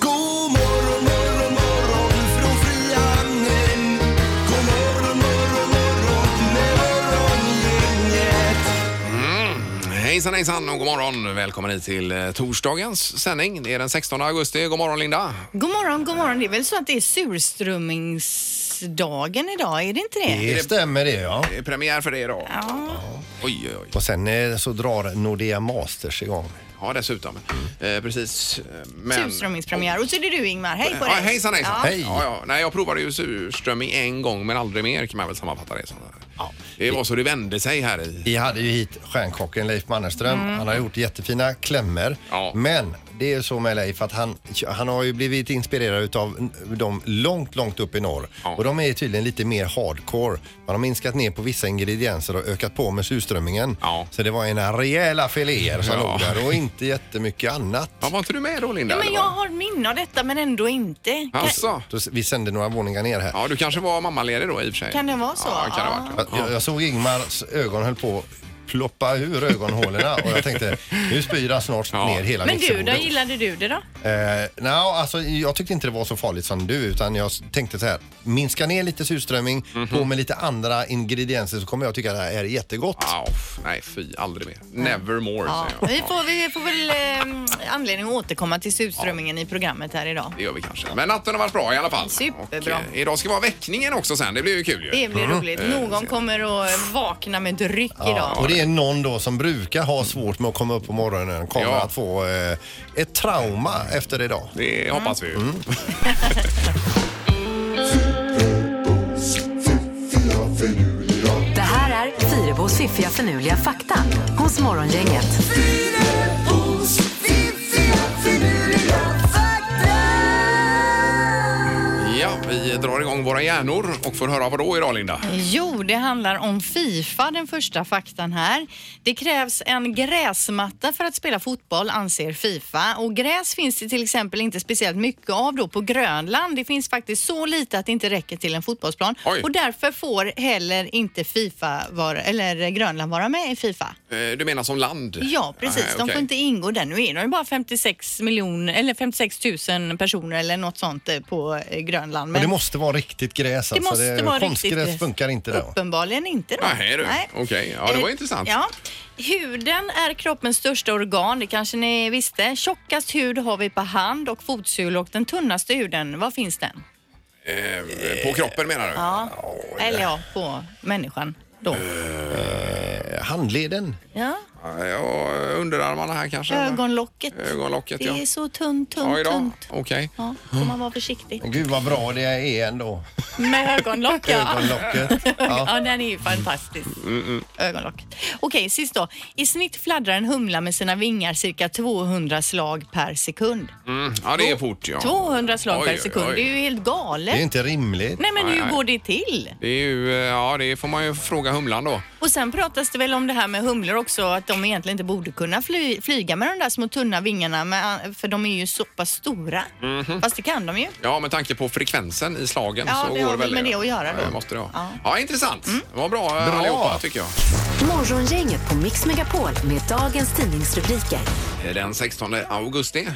God morgon, morgon, morgon från Frihamnen. God morgon, morgon, morgon med morgongänget. Hejsan hejsan och god morgon. Välkommen hit till eh, torsdagens sändning. Det är den 16 augusti. God morgon Linda. God morgon, god morgon. Det är väl så att det är surströmmingsdagen idag, är det inte det? Det stämmer det ja. Det är premiär för dig idag. Oj, oj, oj. Och sen eh, så drar Nordea Masters igång. Ja, dessutom. Eh, precis. eh, Men... Surströmmingspremiär. Och så är det du Ingmar, hej på Ja, dig. hejsan hejsan. Ja. Hej. Ja, ja. Nej, jag provade ju surströmming en gång men aldrig mer kan man väl sammanfatta det som. Ja. Det var så det vände sig här i. Vi hade ju hit stjärnkocken Leif Mannerström. Han har gjort jättefina klämmor. Mm. Ja. Men det är så med Leif att han, han har ju blivit inspirerad utav de långt, långt upp i norr. Ja. Och de är ju tydligen lite mer hardcore. Man har minskat ner på vissa ingredienser och ökat på med surströmmingen. Ja. Så det var en rejäla filéer som Ja. låg där och inte jättemycket annat. Ja, var inte du med då Linda? Ja, men eller jag vad? har minne av detta men ändå inte. Kan, Alltså. Då s- Vi sände några våningar ner här. Ja, du kanske var mammaledig då i och för sig. Kan det vara så? Ja, kan det ha varit. Jag- Jag, jag såg Ingmars ögon höll på att ploppa ur ögonhålorna och jag tänkte nu spyr han snart Ja. ner hela men du då, mixerbordet. gillade du det då? Eh, no, alltså, jag tyckte inte det var så farligt som du utan jag s- tänkte så här minska ner lite surströmming, Mhm. på med lite andra ingredienser så kommer jag tycka det här är jättegott. Ja, f- nej, fy. Aldrig mer. Never more, Ja. säger jag. Vi, får, vi får väl eh, anledning att återkomma till surströmmingen i programmet här idag. Det gör vi kanske. Men natten har varit bra i alla fall. Superbra. Och, eh, idag ska vara väckningen också sen. Det blir ju kul ju. Det blir roligt. Någon kommer att vakna med ett ryck Och idag. det är någon då som brukar ha svårt med att komma upp på morgonen kommer Ja. att få eh, ett trauma efter idag. Det Mm. hoppas vi ju. Det här är Fyrabos fiffiga förnuliga fakta hos Morgongänget. Fyrabos fiffiga finurliga fakta. Ja, vi drar igång våra hjärnor och får höra vad då idag Linda? Jo, det handlar om Fifa, den första faktan här. Det krävs en gräsmatta för att spela fotboll, anser Fifa. Och gräs finns det till exempel inte speciellt mycket av då på Grönland. Det finns faktiskt så lite att det inte räcker till en fotbollsplan. Oj. Och därför får heller inte Fifa vara, eller Grönland vara med i Fifa. Eh, Du menar som land? Ja, precis. Nej, De Ah, okej. får inte ingå där. Nu är de ju bara 56 miljoner, eller 56 000 personer eller något sånt eh, på eh, Grönland. Och Men- det måste vara riktigt gräs alltså. det måste vara Konstgräs riktigt. funkar inte då. Uppenbarligen inte då. Nej, du. Okej. Ja, det var Eh, intressant. Ja. Huden är kroppens största organ, det kanske ni visste. Tjockast hud har vi på hand och fotsulor och den tunnaste huden, var finns den? Eh, På kroppen menar du? Ja. Eller ja, på människan då. Eh, Handleden. Ja. Ja, underarmarna här kanske? eller? Ögonlocket. Ögonlocket, Det ja. är så tunt, tunt, Ja, idag. tunt. Okej. Ja, får man vara försiktig. Gud vad bra det är ändå. Med ögonlock, ja. Ögonlocket. Ja. den är ju fantastisk. Mm, Ögonlock. Okej, sist då. I snitt fladdrar en humla med sina vingar cirka 200 slag per sekund. Mm. Ja, det är fort ja. 200 slag Oj, per sekund, oj. det är ju helt galet. Det är inte rimligt. Nej men Nej, hur nej. går det till? Det är ju, eh, ja det får man ju fråga humlan då. Och sen pratas det väl om det här med humlor också, att de egentligen inte borde kunna fly, flyga med de där små tunna vingarna, men, för de är ju så pass stora. Mhm. Fast det kan de ju. Ja, med tanke på frekvensen i slagen Ja, så det går har väl med det att göra då. Ja, måste det ha. Ja. Ja. Mm. intressant. Vad bra, bra allihopa tycker jag. Morgongänget på Mix Megapol med dagens tidningsrubriker. Den 16 augusti.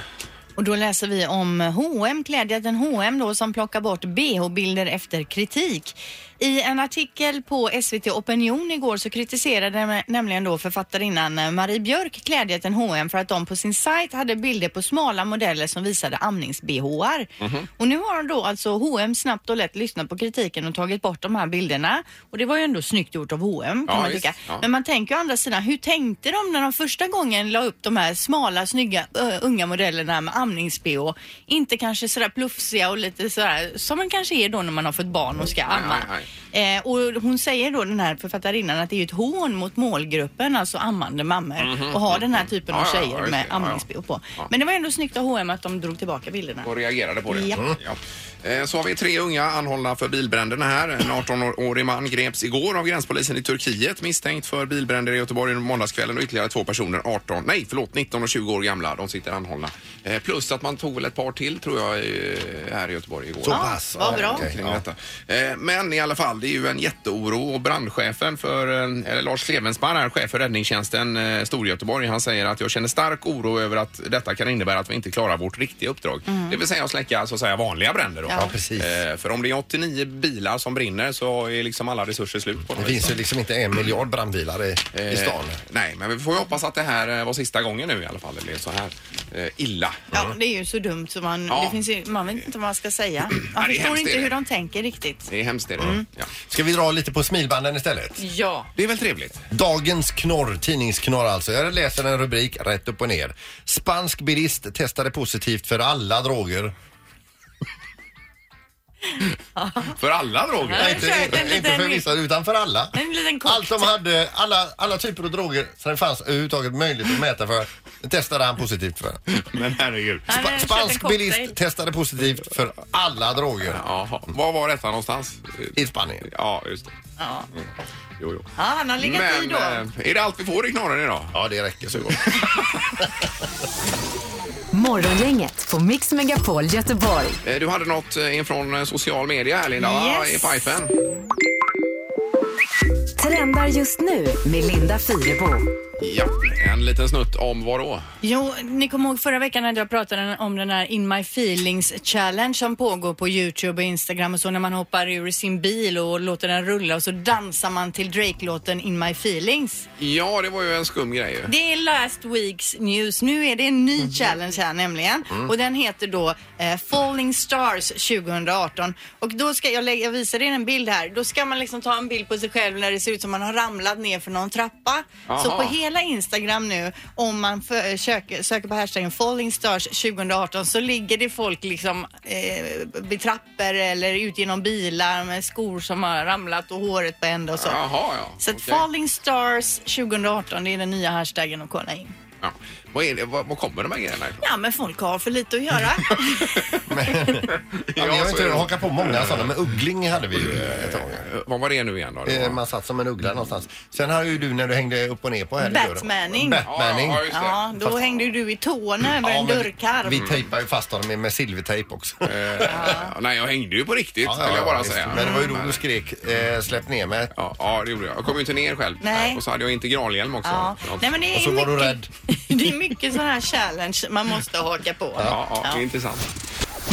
Och då läser vi om H&M klädjätten H&M då som plockar bort bh-bilder efter kritik. I en artikel på SVT Opinion igår så kritiserade nämligen då författarinnan Marie Björk klädjätten H&M för att de på sin sajt hade bilder på smala modeller som visade amnings-bhar. Mhm. Och nu har då alltså H&M snabbt och lätt lyssnat på kritiken och tagit bort de här bilderna. Och det var ju ändå snyggt gjort av H&M kan Ja, man visst. tycka. Ja. Men man tänker ju å andra sidan, hur tänkte de när de första gången la upp de här smala, snygga, ö, unga modellerna med amnings-bh? Inte kanske sådär plufsiga och lite sådär, som man kanske är då när man har fått barn och ska amma. nej, Eh, och hon säger då, den här författarinnan, att det är ju ett hån mot målgruppen, alltså ammande mammor, och ha den här typen av Mhm, Ja, ja, ja, tjejer just med det. Ja, ja. amnings-bh på. Men det var ändå snyggt av H&M att de drog tillbaka bilderna. och reagerade på det. Ja. Ja. Eh, Så har vi tre unga anhållna för bilbränderna här. En 18-årig man greps igår av gränspolisen i Turkiet misstänkt för bilbränder i Göteborg under måndagskvällen och ytterligare två personer, 18, nej förlåt 19 och 20 år gamla, de sitter anhållna. Eh, Plus att man tog väl ett par till tror jag eh, här i Göteborg igår. Så pass. vad bra. okej. Kring Ja. detta. Eh, Men i alla fall, det är ju en jätteoro och brandchefen för, eh, eller Lars Klevenspan här, chef för räddningstjänsten eh, Storgöteborg, han säger att jag känner stark oro över att detta kan innebära att vi inte klarar vårt riktiga uppdrag. Det vill säga att släcka så att säga vanliga bränder då. Mm. Ja, precis. Eh, För om det är 89 bilar som brinner så är liksom alla resurser slut på Det något finns vis. ju liksom inte en miljard brandbilar i, i stan. Eh, Nej, men vi får ju hoppas att det här eh, var sista gången nu i alla fall. Det blev så här eh, illa. Ja, det är ju så dumt så man, Ja. det finns ju, man vet inte vad man ska säga. Ja, Man det är förstår hemskt, det inte är hur det. de tänker riktigt. Det är hemskt det. då. Mm. Ja. Ska vi dra lite på smilbanden istället? Ja. Det är väl trevligt? Dagens knorr, tidningsknorr alltså. Jag läser en rubrik rätt upp och ner. Spansk bilist testade positivt för alla droger. För alla droger? Nej. inte, försöker inte, en liten- inte för vissa utan för alla. En liten cocktail. Allt som hade, alla, alla typer av droger som det fanns överhuvudtaget möjligt att mäta för testade han positivt för. Men herregud. Han har Spa, köpt en spansk cocktail. bilist testade positivt för alla droger Jaha. Var var detta någonstans? i Spanien. Ja, just det. Mm. Ja. Jo, jo. Ja, han har legat i Men då. eh, är det allt vi får i knorren idag? Ja, det räcker så gott. Morgongänget på Mix Megapol Göteborg. Eh, Du hade något eh, från eh, social media här Linda, va? Yes. i pipen. Trendar just nu med Linda Fyrebo. Ja, en liten snutt om vad då? Jo, ni kommer ihåg förra veckan när jag pratade om den här In My Feelings Challenge som pågår på Youtube och Instagram och så när man hoppar ur sin bil och låter den rulla och så dansar man till Drake-låten In My Feelings. Ja, det var ju en skum grej ju. Det är last weeks news. Nu är det en ny challenge här nämligen och den heter då eh, Falling Stars 2018 och då ska jag, lägga, jag visar er en bild här. Då ska man liksom ta en bild på sig själv när det ser ut som man har ramlat ner för någon trappa. Så Aha. på hela Instagram nu om man för, söker, söker på hashtaggen Falling Stars 2018 så ligger det folk liksom eh, vid trappor eller ut genom bilar med skor som har ramlat och håret på ända och så. Jaha, ja. Så att Okej. Falling Stars 2018, det är den nya hashtaggen att kolla in. ja. Vad, är det? Vad, vad kommer de här grejerna ifrån? Ja, men folk har för lite att göra. Ja, vi Ja, har så är inte det. hakat på många sådana, men uggling hade vi ju ett tag. Eh, Vad var det nu igen då? Det Eh, var- Man satt som en uggla någonstans. Sen har ju du när du hängde upp och ner på här. det gör du. Batmaning. Batmaning. Ja, ja, just det. Ja, då Fast- hängde ju du i tårna över Ja, en men dörrkarm. Vi tejpar ju fast honom med- med silvertejp också. Ja, Eh, ja, nej, jag hängde ju på riktigt, vill jag bara visst. säga. Mm. Men det var ju då du skrek eh, släpp ner mig. Ja, ja, det gjorde jag. Jag kom ju inte ner själv. Nej. Och så hade jag integralhjälm också. Ja. Ja, Nej, men det är Och så var mycket, du rädd. det är mycket sån här challenge man måste haka på. ja, ja, det är Ja. intressant.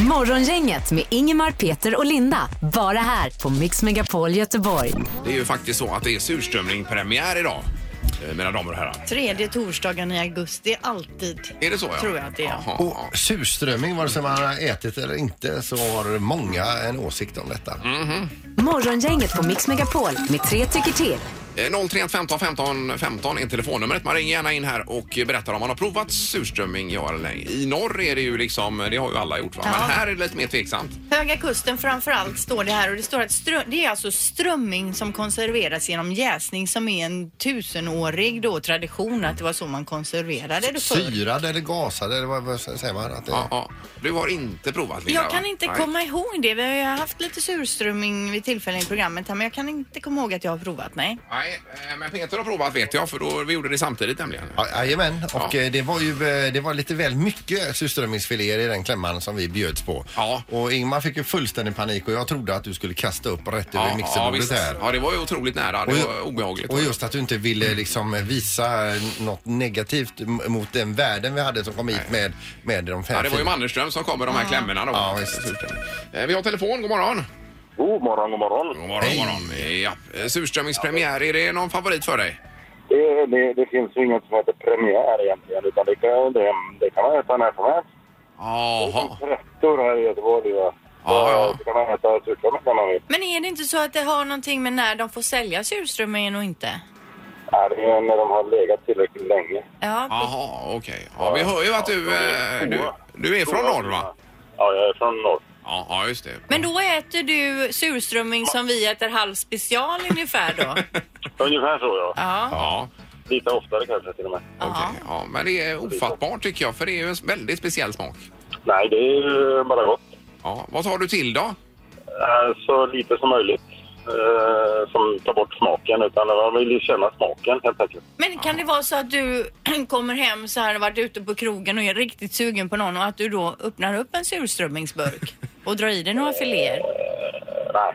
Morgongänget med Ingemar, Peter och Linda. Bara här på Mix Megapol Göteborg. Det är ju faktiskt så att det är surströmmingpremiär idag, eh, mina damer och herrar. Tredje torsdagen i augusti, alltid. Är det så? Ja? Tror jag att det är. Jaha, Och ja. surströmming, vare sig man har ätit eller inte, så har många en åsikt om detta. Mm. Morgongänget på Mix Megapol med tre tycker till. Eh, 031 15 15 15 är telefonnumret. Man ringer gärna in här och berättar om man har provat surströmming, ja eller nej. I norr är det ju liksom, det har ju alla gjort va? Men Ja. här är det lite mer tveksamt. Höga kusten framför allt står det här och det står att strö- det är alltså strömming som konserveras genom jäsning som är en tusenårig då tradition att det var så man konserverade det förr. Syrad eller gasad eller vad, vad säger man? Att det, Ja, ja. Du har inte provat Linda, Jag kan va? inte Nej. komma ihåg det. Vi har ju haft lite surströmming vid tillfällen i programmet här men jag kan inte komma ihåg att jag har provat. Nej. Nej, eh, men Peter har provat vet jag för då, vi gjorde det samtidigt nämligen. Ja, Jajamän, och Ja. eh, det var ju eh, det var lite väl mycket surströmmingsfiléer i den klämman som vi bjöds på. Ja. Och Ingmar fick ju fullständig panik och jag trodde att du skulle kasta upp rätt över mixerbordet visst. här. Ja, det var ju otroligt nära. Det var obehagligt. Och just att du inte ville liksom visa något negativt m- mot den världen vi hade som kom hit med, med de fem Ja, det var ju fina- Mannerström som kom med de här klämmorna då. Ja, visst. Eh, Vi har telefon, god morgon. God morgon, god morgon. God morgon, Hej. god morgon. Ja. eh, Surströmmingspremiär, är det någon favorit för dig? Det, det, det finns ju inget som heter premiär egentligen, utan det kan, det, det kan man äta när som helst. Jaha. Trättor här i Göteborg. va? Ja, ja. Så kan man äta surströmming när man vill. Men är det inte så att det har någonting med när de får sälja surströmmingen och inte? Nej, det är när de har legat tillräckligt länge. Ja, Jaha, okej. Ja, vi hör ju att du, eh, du, du är från norr, va? Ja, jag är från norr. Ja, ja, just det. Men då äter du surströmming som vi äter halv special ungefär då? Ungefär så, ja. Ja. Ja, Lite oftare kanske till och med. okej. Ja, men det är ofattbart tycker jag, för det är ju en väldigt speciell smak. Nej, det är ju bara gott. Ja, vad tar du till då? Eh, Så lite som möjligt eh, som tar bort smaken. Utan man vill ju känna smaken helt enkelt. Men kan det vara så att du kommer hem så här, varit ute på krogen och är riktigt sugen på någon och att du då öppnar upp en surströmmingsburk och drar i dig några filéer? Eh, Nej.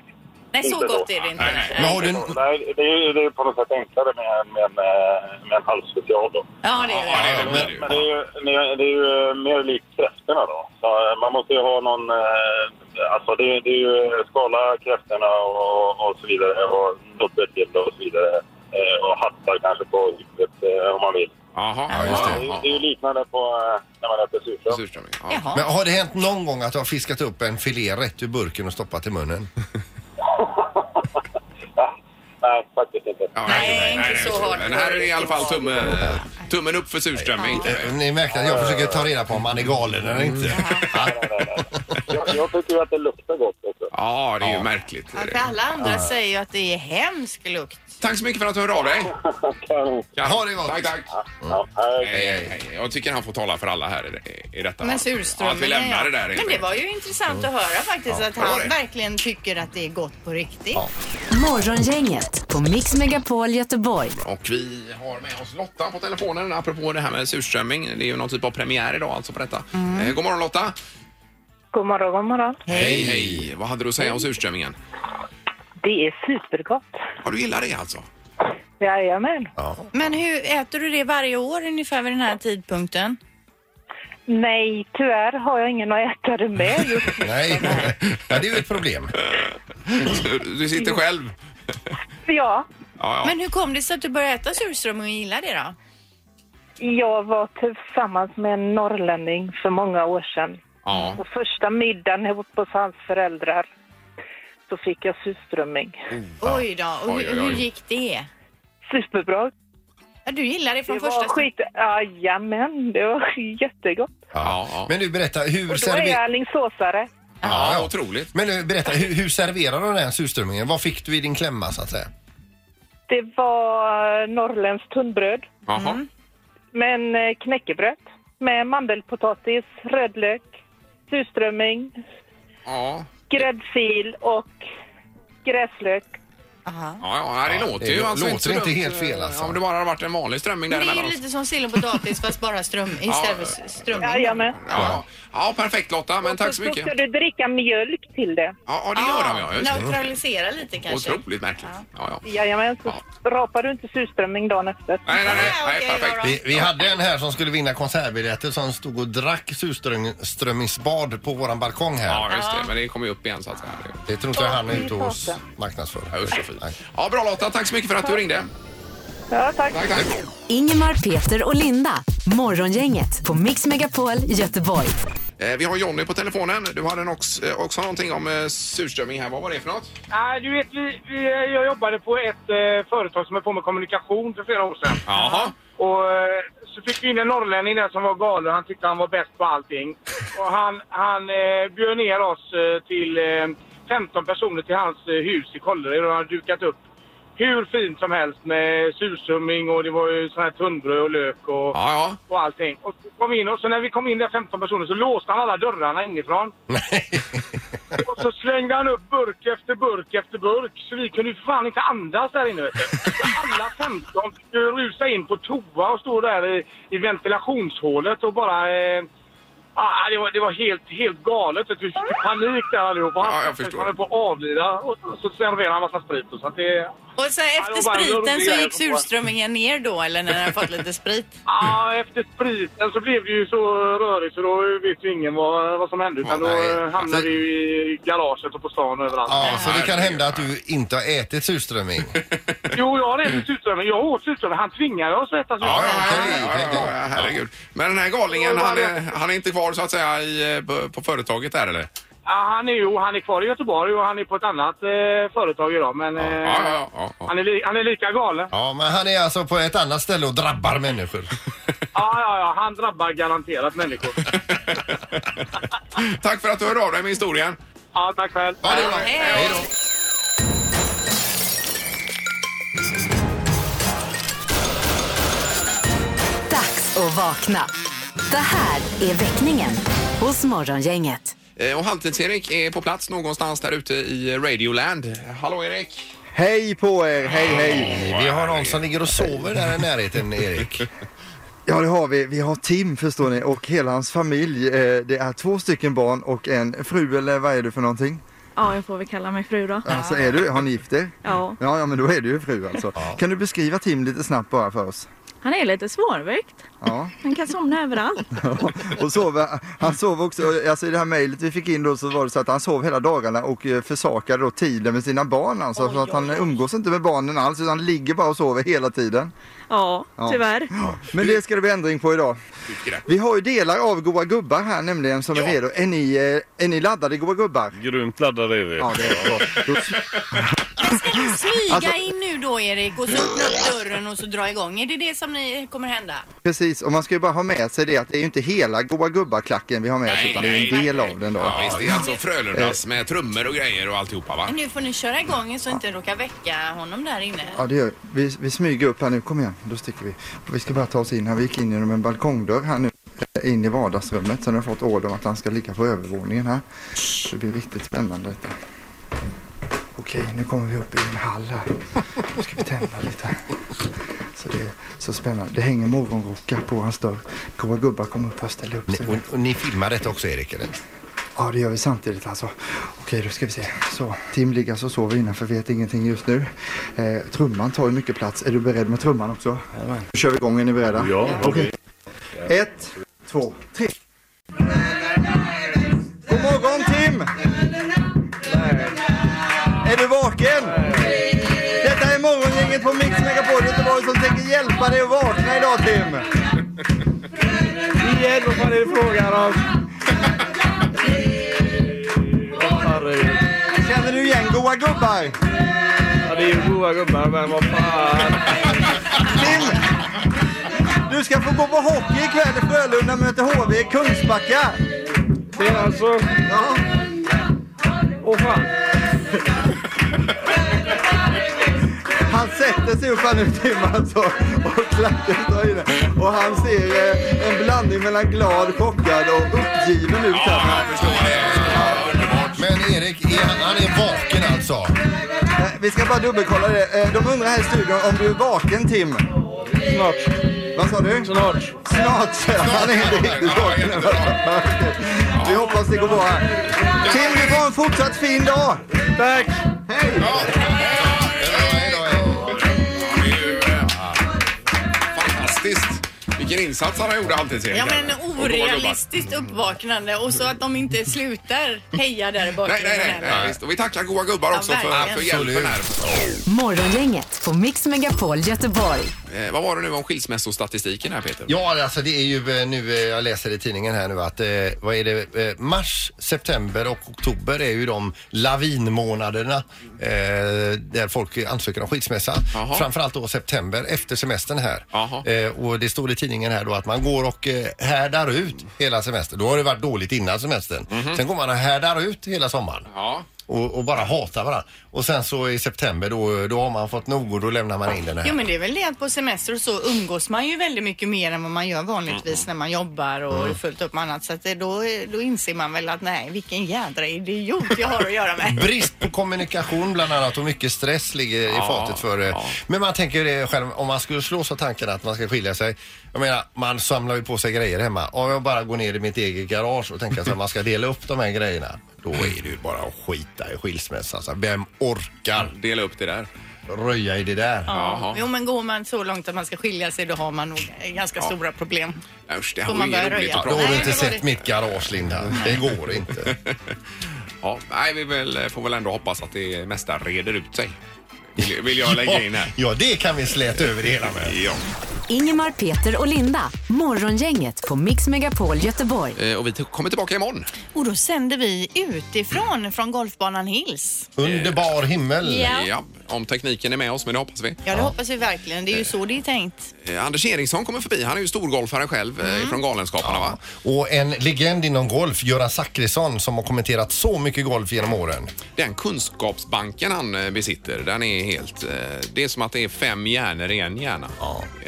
Nej, så Inte gott då. är det inte. Men har du, Liksom. Nej, det är ju det är ju på något sätt enklare med, med, en, eh, med en halvspecial då. Ja, det är det. Ja, det är det ju. Men det är ju, det är- det är ju mer likt kräftorna då. Så eh, man måste ju ha någon... eh, Alltså det, är- det är ju skala kräftorna och, och så vidare och dubbelgilla och så vidare. Eh, Och hattar kanske på huvudet eh, om man vill. Jaha. Ja, just det. Det, är- Ja, det är ju liknande på eh, när man äter ja. surströmming. Surströmming. Ja. men Jaha. har det hänt någon gång att du har fiskat upp en filé rätt ur burken och stoppat i munnen? Nej, faktiskt inte. Ja, Nej, inte så det är hårt. Men här är det i alla fall tumme, tummen upp för surströmming. Eh, Ni märkte att jag försöker ta reda på om han är galen eller inte. Mm. Ja. Nej, nej, nej. Jag, jag tycker ju att det luktar gott också. Ja, det är ju märkligt. Ja, för alla andra säger ju att det är hemsk lukt. Tack så mycket för att du hörde av dig. Kanon. Ha det gott. Tack, tack. Ja, nej, Hej, hej, hej. Jag tycker han får tala för alla här i- i detta. Eh, Men Ja, att vi surströmmingen, lämnar det där. helt Men det enkelt. var ju intressant att höra faktiskt att det var det. han verkligen tycker att det är gott på riktigt. Morgongänget på Mix Megapol Göteborg. Och vi har med oss Lotta på telefonen apropå det här med surströmming. Det är ju någon typ av premiär idag alltså på detta. Mm. Eh, god morgon Lotta! God morgon, god morgon. Hej! Hej! Vad hade du att säga om surströmmingen? Det är supergott. Ja, du gillar det alltså? Jajamän. Men hur äter du det varje år ungefär vid den här tidpunkten? Nej, tyvärr har jag ingen att äta det med just nu. Nej, ja, det är ju ett problem. Du sitter själv? Ja, Ja, ja. Men hur kom det sig att du började äta surströmming och gillar det då? jag var tillsammans med en norrlänning för många år sedan. ja. På första middagen hemma hos hans föräldrar så fick jag surströmming. Oj då, och Oj, hur- oj, oj. hur gick det? Superbra. Ja, du gillar det från Det första var skit... Jajamän, det var jättegott. Ja, ja. Men du berätta, hur Då är jag serverar... alingsåsare. ja, ja. otroligt. Men nu, berätta, hur, hur serverar du den här surströmmingen? Vad fick du i din klämma så att säga? Det var norrländskt tunnbröd Jaha. med en eh, knäckebröd med mandelpotatis, rödlök, surströmming, Ja. gräddfil och gräslök. Aha. Ja, ja, nej, det låter ju det alltså låter så inte dumt, helt fel, alltså. eh, Om det bara hade varit en vanlig strömming Men det är däremellan. ju Lite... lite som sill och potatis fast bara ström istället för s- strömming. Jajamän. Ja, ja, perfekt Lotta, men tack så Då ska mycket. du dricka mjölk till det. Ja, ja, det gör de ja. Just det. neutralisera lite kanske. Otroligt märkligt. Ja, ja. Jajamän, så rapar du inte surströmming dagen efter. Nej, nej, nej, Ja, nej okej, perfekt. då, Vi, vi hade en här som skulle vinna konsertbiljetter som stod och drack surströmmingsbad på våran balkong här. Ja, just det. Men det kommer ju upp igen så att säga. Det tror inte jag han är ute hos marknadsförare. Ja, usch, så fint. Nej. Ja, bra Lotta, tack så mycket för att du ringde. Ja, tack. Tack, tack. Ingemar, Peter och Linda. Morgongänget på Mix Megapol Göteborg. Eh, Vi har Jonny på telefonen. Du hade en också, eh, också någonting om eh, surströmming här. Vad var det för något? Nej, du vet, vi, vi, jag jobbade på ett eh, företag som är på med kommunikation för flera år sedan. Jaha. Och eh, så fick vi in en norrlänning där som var galen. Han tyckte han var bäst på allting. Och han, han eh, bjöd ner oss eh, till eh, 15 personer till hans eh, hus i Kållered och han hade dukat upp hur fint som helst med surströmming och det var ju sån här tunnbröd och lök och, Ja, ja. och allting. Och så kom vi in och så när vi kom in där 15 personer så låste han alla dörrarna inifrån. Och så slängde han upp burk efter burk efter burk så vi kunde ju fan inte andas där inne. Vet du. Alla 15 fick ju rusa in på toa och stå där i, i ventilationshålet och bara... Eh, ah, det, var, det var helt, helt galet. Vet du. Vi fick ju panik där allihopa. Ja, jag förstår. Man höll på att avlida och så- så serverade han massa sprit. Och så att det, Och så efter det var bara spriten så roliga gick grejer. surströmmingen ner då eller när den hade fått lite sprit? ah, efter spriten så blev det ju så rörigt så då vet ju ingen vad, vad som hände. Utan Ja, nej. då eh, hamnade vi ju i garaget och på stan och överallt. Ja, så det kan hända att du inte har ätit surströmming. Jo, jag har ätit surströmming. Jag åt surströmming. Han tvingade oss att äta Ja, ja, surströmming. ja, Okej, ja, ja, ja, herregud. Men den här galningen, han är, han är inte kvar så att säga i, eh, på, på företaget där Eh. eller? Ja, han, är, jo, han är kvar i Göteborg och han är på ett annat eh, företag idag. Men eh, Ja, ja, ja. ja. Han, är li, han är lika galen. Ja, men han är alltså på ett annat ställe och drabbar människor. Ja, ja, ja. Han drabbar garanterat människor. Tack för att du hörde av dig med historien. Ja, tack själv. Ja, det är bra. Hej. Hej då. Dags att vakna. Det här är väckningen hos Morgongänget. Eh, Och Halvtids-Erik är på plats någonstans där ute i Radioland. Hallå Erik! Hej på er, hej hej. Vi har någon som ligger och sover där i närheten, Erik. Ja det har vi. Vi har Tim förstår ni och hela hans familj. Eh, Det är två stycken barn och en fru eller vad är du för någonting? Ja, jag får väl kalla mig fru då. Alltså är du, har ni gift er? Ja. Ja, ja men då är du ju fru alltså. Kan du beskriva Tim lite snabbt bara för oss? Han är lite svårväckt. Ja. Han kan somna överallt. Ja, och sova, han sov också, alltså i det här mejlet vi fick in då så var det så att han sov hela dagarna och eh, försakade då tiden med sina barn alltså. för att han umgås inte med barnen alls utan han ligger bara och sover hela tiden. Ja, Ja. tyvärr. Men det ska det bli ändring på idag. Vi har ju delar av goa gubbar här nämligen som är redo. Är ni, eh, är ni laddade goa gubbar? Grymt laddade är vi. Ja, det är bra. Då- Smyga Alltså- in nu då Erik och så öppna upp dörren och så dra igång. Är det det som ni kommer hända? Precis, och man ska ju bara ha med sig det att det är ju inte hela goa gubbar-klacken vi har med oss Nej, utan det nej, är en del av den då. Ja, visst, det är alltså Frölundas med trummor och grejer och alltihopa va? Men Nu får ni köra igång så inte råkar väcka honom där inne. Ja, det gör vi. vi. Vi smyger upp här nu. Kom igen, då sticker vi. Och vi ska bara ta oss in här. Vi gick in genom en balkongdörr här nu. eh, In i vardagsrummet. Sen har jag fått order om att han ska ligga på övervåningen här. Det blir riktigt spännande detta. Okej, nu kommer vi upp i en hall här. Nu ska vi tända lite. Så det är så spännande. Det hänger morgonrockar på hans dörr. Goa gubbar kommer upp och ställer upp sig. Ni, och, och ni filmar detta också, Erik? Eller? Ja, det gör vi samtidigt alltså. Okej, då ska vi se. Så, Tim ligger alltså och sover innanför, vet ingenting just nu. Eh, trumman tar ju mycket plats. Är du beredd med trumman också? Jajamän. Då kör vi igång, är ni beredda? Ja. Okej. Ett, två, tre. God morgon Tim! Är du vaken? Detta är morgongänget på Mix Megapol Göteborg som tänker hjälpa dig att vakna idag Tim. Igen, vad fan är det frågan om? Känner du igen goa gubbar? Ja, det är ju goa gubbar, men vad fan. Tim! Du ska få gå på hockey ikväll i Frölunda möter HV i Kungsbacka. Det är alltså? Ja. Åh fan. Han sätter sig upp här nu Tim alltså och klacken står inne. Och han ser eh, en blandning mellan glad, chockad och uppgiven ut här. Men Erik, är han, han är vaken alltså? Eh, Vi ska bara dubbelkolla det. Eh, De undrar här i studion om du är vaken Tim? Snart. Vad sa du? Snart. Snart säger han. Han är inte riktigt vaken. Vi hoppas det går bra här. Tim, du får en fortsatt fin dag. Tack. Hej. eh, Fantastiskt! Vilken insats han gjorde alltid Ja men orealistiskt uppvaknande och så att de inte slutar heja där i Nej, bakgrunden. nej, nej. nej. visst. Och vi tackar goa gubbar Ja, också för, för verkligen. hjälpen här. Morgongänget på Mix Megapol Göteborg. Eh, vad var det nu om skilsmässostatistiken här Peter? Ja, alltså det är ju eh, nu, eh, jag läser i tidningen här nu att, eh, vad är det, eh, mars, september och oktober är ju de lavinmånaderna eh, där folk ansöker om skilsmässa. Jaha. Framförallt då september efter semestern här. Eh, och det står i tidningen här då att man går och eh, härdar ut hela semestern. Då har det varit dåligt innan semestern. Sen går man och härdar ut hela sommaren. Och, och bara hatar varandra. Och sen så i september då, då har man fått nog och då lämnar man in den här. Jo men det är väl det att på semester och så umgås man ju väldigt mycket mer än vad man gör vanligtvis när man jobbar och Mm. är fullt upp med annat. Så att det, då, då inser man väl att nej vilken jädra idiot jag har att göra med. Brist på kommunikation bland annat och mycket stress ligger i Ja, fatet för... eh, Men man tänker det själv, om man skulle slås av tanken att man ska skilja sig. Jag menar, man samlar ju på sig grejer hemma. Om jag bara går ner i mitt eget garage och tänker att man ska dela upp de här grejerna. Då är det ju bara att skita i skilsmässa. Alltså, vem orkar? Dela upp det där. Röja i det där. Ja. Jo men går man så långt att man ska skilja sig då har man nog ganska Ja. stora problem. Usch, det Får man börja röja? Då har du inte sett mitt garage, Linda. Det går inte. Ja, nej, vi väl, eh, får väl ändå hoppas att det mesta reder ut sig. Vill, vill jag lägga in här. Ja, det kan vi släta över det hela med. Ja. Ingemar, Peter och Linda. Morgongänget på Mix Megapol Göteborg. Eh, Och vi t- kommer tillbaka imorgon. Och då sänder vi utifrån från golfbanan Hills. Underbar himmel. Ja. Ja. om tekniken är med oss, men det hoppas vi. Ja, det hoppas vi verkligen. Det är ju så det är tänkt. Eh, Anders Eriksson kommer förbi. Han är ju storgolfare själv eh, från Galenskaparna, va? Och en legend inom golf, Göran Zachrisson, som har kommenterat så mycket golf genom åren. Den kunskapsbanken han eh, besitter, den är helt... eh, Det är som att det är fem hjärnor i en hjärna.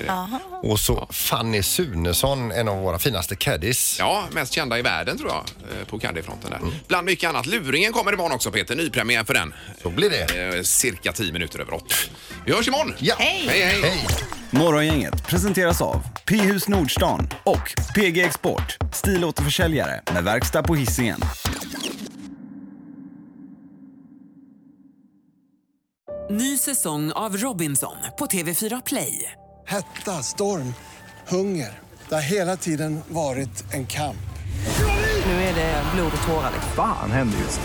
Ja. Och så Fanny Sunesson, en av våra finaste caddies. Ja, mest kända i världen tror jag eh, på caddyfronten där. Bland mycket annat. Luringen kommer imorgon också Peter. Nypremiär för den. Så blir det. Eh, Cirka 10 minuter över åtta. Vi hörs imorgon. Ja. Hej, hej. Morgongänget presenteras av P-hus Nordstan och PG Export, stilåterförsäljare med verkstad på Hisingen. Ny säsong av Robinson på TV4 Play. Hetta, storm, hunger. Det har hela tiden varit en kamp. Nu är det blod och tårar. liksom. Fan händer just det.